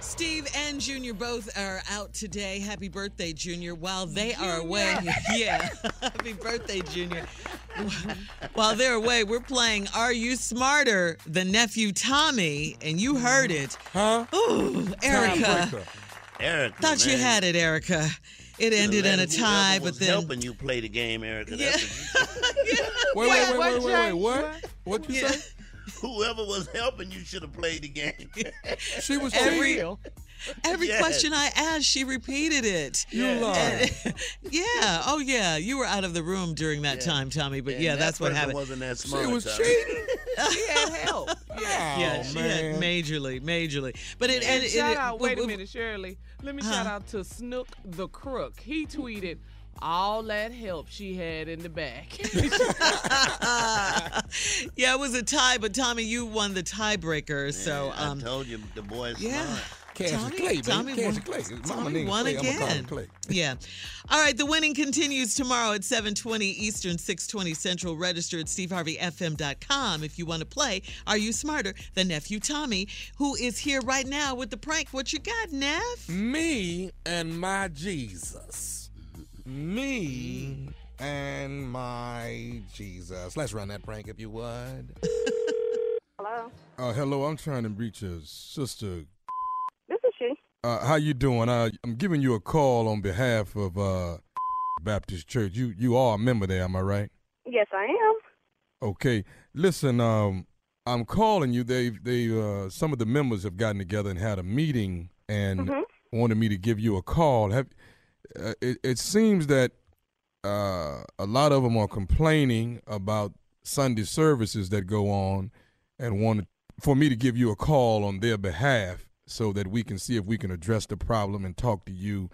Steve and Junior both are out today. Happy birthday, Junior. While they are away, yeah, happy birthday, Junior. While they're away, we're playing Are You Smarter Than Nephew Tommy? And you heard it. Huh? Ooh, Erica. Erica. Thought you man. had it, Erica. It ended in a Whoever tie, was but then. helping you play the game, Erica. Yeah. That's what Wait, wait, wait, wait, wait, wait. James? What? What you Yeah. say? you- whoever was helping you should have played the game. She was Every- cheating. Every Yes. question I asked, she repeated it. You lie. yeah. Oh, yeah. You were out of the room during that time, Tommy. But And yeah, that that's what person happened. Wasn't that She smart? was Tommy. cheating. She had help. Yeah, yeah, she had majorly, majorly. But it, and it, shout it- out, we- wait we- a minute, Shirley. Let me shout out to Snook the Crook. He tweeted all that help she had in the back. yeah, it was a tie, but Tommy, you won the tiebreaker. so, Yeah, I um, told you the boy's yeah. smart. Cassie Tommy- Clay, baby. Tommy Cassie won- Clay. It's Mama Tommy nigga won Clay. I'm gonna call her again. Clay. yeah. All right, the winning continues tomorrow at 720 Eastern, 620 Central. Register at steveharveyfm.com if you want to play Are You Smarter Than Nephew Tommy, who is here right now with the prank. What you got, Neff? Me and my Jesus. Me and my Jesus. Let's run that prank if you would. Hello. Uh, hello, I'm trying to reach your sister. This is she. Uh, how you doing? Uh, I'm giving you a call on behalf of uh, Baptist Church. You you are a member there, am I right? Yes, I am. Okay. Listen, um, I'm calling you. They they uh, some of the members have gotten together and had a meeting and wanted me to give you a call. Have uh, it, it seems that uh, a lot of them are complaining about Sunday services that go on and wanted for me to give you a call on their behalf so that we can see if we can address the problem and talk to you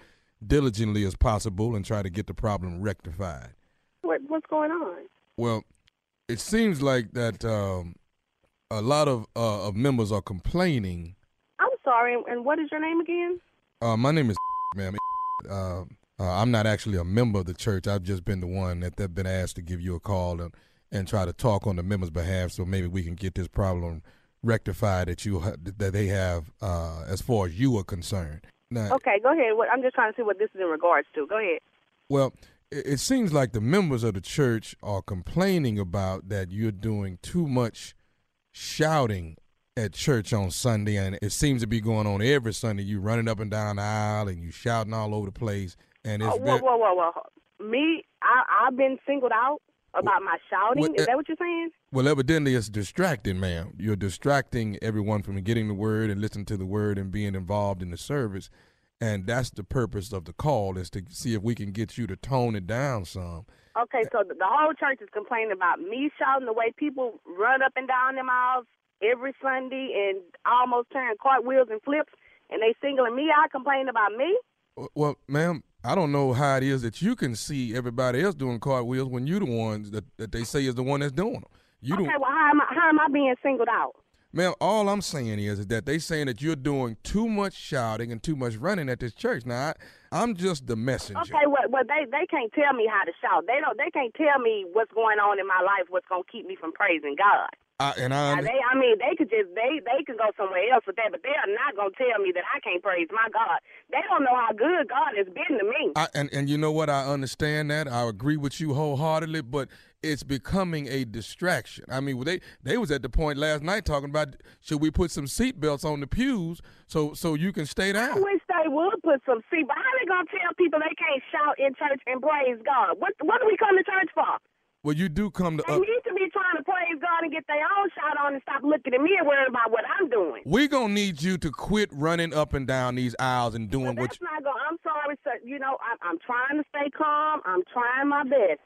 diligently as possible and try to get the problem rectified. What What's going on? Well, it seems like that um, a lot of uh, of members are complaining. I'm sorry. And what is your name again? Uh, my name is ma'am. Uh, uh, I'm not actually a member of the church. I've just been the one that they've been asked to give you a call and, and try to talk on the members' behalf, so maybe we can get this problem rectified that you ha- that they have uh, as far as you are concerned. Now, Okay, go ahead. What I'm just trying to see what this is in regards to. Go ahead. Well, it, it seems like the members of the church are complaining about that you're doing too much shouting at church on Sunday, and it seems to be going on every Sunday. You running up and down the aisle and you shouting all over the place, and it's Oh, whoa, ve- whoa, whoa, whoa. Me, I I've been singled out about my shouting. what- uh, is that what you're saying? well, evidently it's distracting, ma'am. You're distracting everyone from getting the word and listening to the word and being involved in the service. And that's the purpose of the call is to see if we can get you to tone it down some. Okay, uh, so the, the whole church is complaining about me shouting the way people run up and down them aisles every Sunday and almost turn cartwheels and flips, and they singling me out, complaining about me. Uh, Well, ma'am, I don't know how it is that you can see everybody else doing cartwheels when you the ones that, that they say is the one that's doing them. You Okay, don't, well, how am I, how am I being singled out? ma'am. All I'm saying is, is that they saying that you're doing too much shouting and too much running at this church. Now, I, I'm just the messenger. Okay, well, well, they they can't tell me how to shout. They don't. They can't tell me what's going on in my life. What's gonna keep me from praising God? I, and I, Now, under- they, I mean, they could just they they can go somewhere else with that, but they are not gonna tell me that I can't praise my God. They don't know how good God has been to me. I, and and you know what? I understand that. I agree with you wholeheartedly, but it's becoming a distraction. I mean, they they was at the point last night talking about should we put some seatbelts on the pews so so you can stay I down. wish they would put some seat, but how they gonna tell people they can't shout in church and praise God? What what do we come to church for? Well, you do come to. They up- need to be trying to praise God and get their own shout on and stop looking at me and worrying about what I'm doing. We're going to need you to quit running up and down these aisles and doing Well, what that's not going. I'm sorry, sir. You know, I'm, I'm trying to stay calm. I'm trying my best.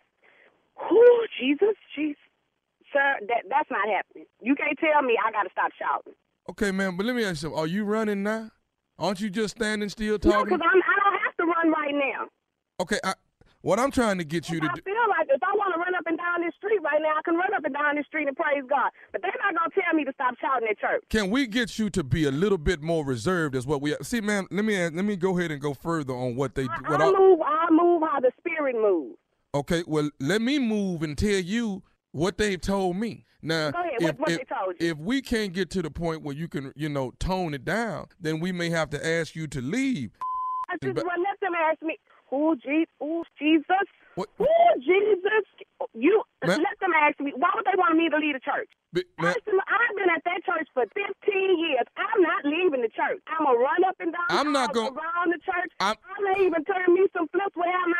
Whew, Jesus, Jesus, sir, that that's not happening. You can't tell me I got to stop shouting. you. Okay, man, but let me ask you something. Are you running now? Aren't you just standing still No, talking? because I'm I don't have to run right now. okay, I, what I'm trying to get you to I do. feel like if I want to run up and down this street right now, I can run up and down this street and praise God. But they're not gonna tell me to stop shouting at church. Can we get you to be a little bit more reserved? Is what we see, man. Let me ask- let me go ahead and go further on what they do. I, What I I- move. I move how the spirit moves. okay, well, let me move and tell you what they've told me. Now, Go ahead. What- if, what if, they told you? if we can't get to the point where you can, you know, tone it down, then we may have to ask you to leave. I just But- well, let them ask me, who Je- who Jesus, What- who Jesus. You Ma- let them ask me. Why would they want me to leave the church? But, First of all, I've been at that church for 15 years. I'm not leaving the church. I'm going to run up and down I'm not the halls gon- around the church. I'm- I'm, going to even turn me some flips wherever my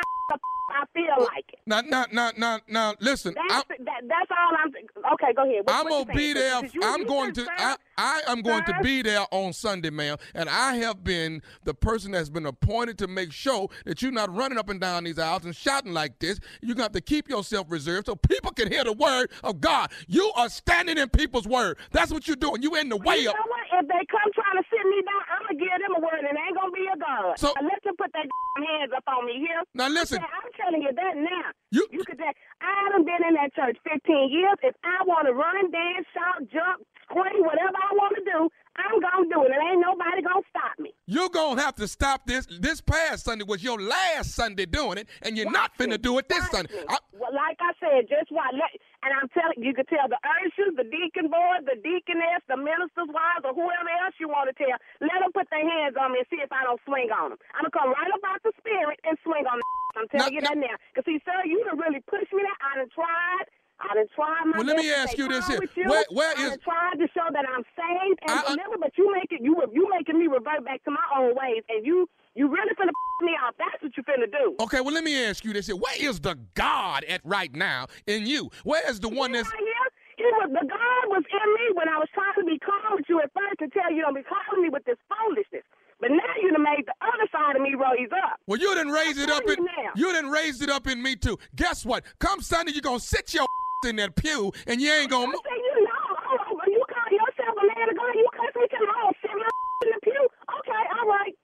I feel like it. now, now, now, now, now, listen, That's, I'm, that, that's all I'm. Okay, go ahead. What- I'm what gonna you be saying? there. Did you- I'm you going to. just I, found- I am going to sir? be there on Sunday, ma'am. And I have been the person that's been appointed to make sure that you're not running up and down these aisles and shouting like this. You got to keep yourself reserved so people can hear the word of God. You are standing in people's word. That's what you're doing. You in the way You of. know what? If they come trying to sit me down, I'm gonna give them a word, and it ain't gonna be a god. So- So let them put their hands up on me here. Now listen, Yeah, I'm telling you that now. You- you could say I done been in that church 15 years. If I want to run, dance, shout, jump, scream, whatever I want to do, I'm gonna do it. And ain't nobody gonna stop me. you're gonna have to stop this. This past Sunday was your last Sunday doing it, and you're not Watch finna me. do it this Watch Sunday. me. I- well, like I said, just why. Let, and I'm telling you, could tell the ushers, the deacon board, the deaconess, the minister's wives, or whoever else you want to tell. Let them put their hands on me and see if I don't swing on them. I'm gonna come right up out the spirit and swing on. The I'm Now- telling you that now. Cause see, sir, you done really pushed me there. I done tried. I done tried my Well, let me best to ask stay you this calm here. with you. Where- where I is- done tried to show that I'm saved and I- uh, I- delivered, but you make it. You you making me revert back to my own ways, and you you really finna me off. That's what you finna do. Okay, well, let me ask you this: here. Where is the God at right now in you? Where is the one that's right here, it was the God was in me when I was trying to be calm with you at first and tell you don't be calling me with this foolishness. But now you done made the other side of me raise up. Well, you didn't raise it up telling in you now. you didn't raise it up in me too. Guess what? Come Sunday, you're gonna sit your in that pew and you ain't gonna. I move. said, you know, oh, oh, you call yourself a man of God, you cuss me to the whole sit my in the pew. Okay, all right.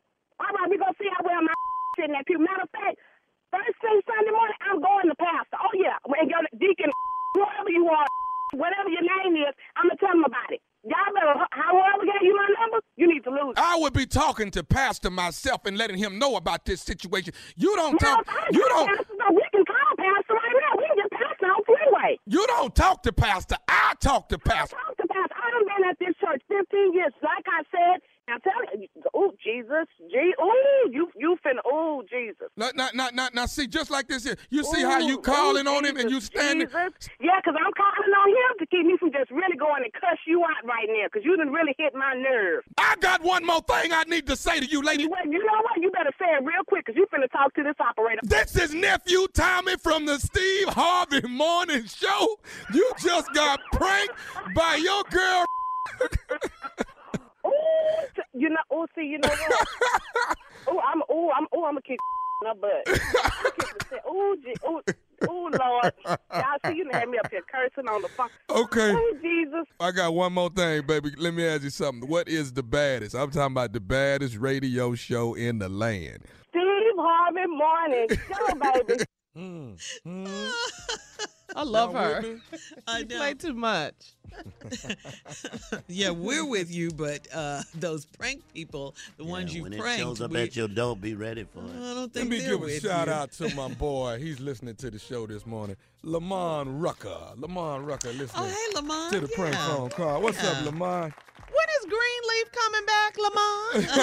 All right, we're going to see how well my sit in that pew. Matter of fact, first thing Sunday morning, I'm going to pastor. Oh, yeah, and your deacon, whoever you are, whatever your name is, I'm going to tell them about it. Y'all better, however gave you my number, you need to lose it. I would be talking to Pastor myself and letting him know about this situation. You don't Now, talk. if I You got don't. passes, though, we can call Pastor right now. We can get Pastor on freeway. You don't talk to Pastor. I talk to I Pastor. talked about. I done been at this church 15 years. Like I said, now tell you, oh Jesus, G, oh you you finna, oh Jesus. Now, now, now, now, now, see, just like this here. You see how you Ooh, calling ooh, on him and you Jesus, standing. Jesus. Yeah, because I'm calling on him to keep me from just really going and cuss you out right now because you done really hit my nerve. I got one more thing I need to say to you, lady. Well, you know what? You better say it real quick because you finna talk to this operator. This is nephew Tommy from the Steve Harvey Morning Show. You just got pranked by your girl. Oh, you know, oh, see, you know what? oh, I'm, oh, I'm, oh, I'm gonna kick in her butt. oh, oh, oh, Lord, y'all see, you done had me up here cursing on the phone. Okay. Oh, Jesus. I got one more thing, baby. Let me ask you something. What is the baddest? I'm talking about the baddest radio show in the land. Steve Harvey morning show, baby. I love her. I She know. played too much. Yeah, we're with you, but uh, those prank people, the ones you when pranked, it shows up we- at your door, be ready for I it. don't Let think me they're give with a shout you. out to my boy. He's listening to the show this morning. Lamon Rucker. Lamon Rucker Oh, listening hey, Lamont. to the prank yeah. phone call. What's up, Yeah. Lamon? When is Greenleaf coming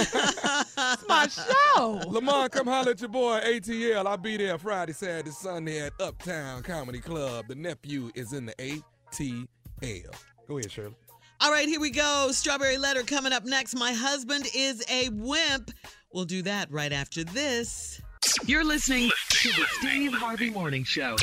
back, Lamont? it's my show. Lamont, come holler at your boy ATL. I'll be there Friday, Saturday, Sunday at Uptown Comedy Club. The nephew is in the ATL. Go ahead, Shirley. All right, here we go. Strawberry letter coming up next. My husband is a wimp. We'll do that right after this. You're listening to the Steve Harvey Morning Show.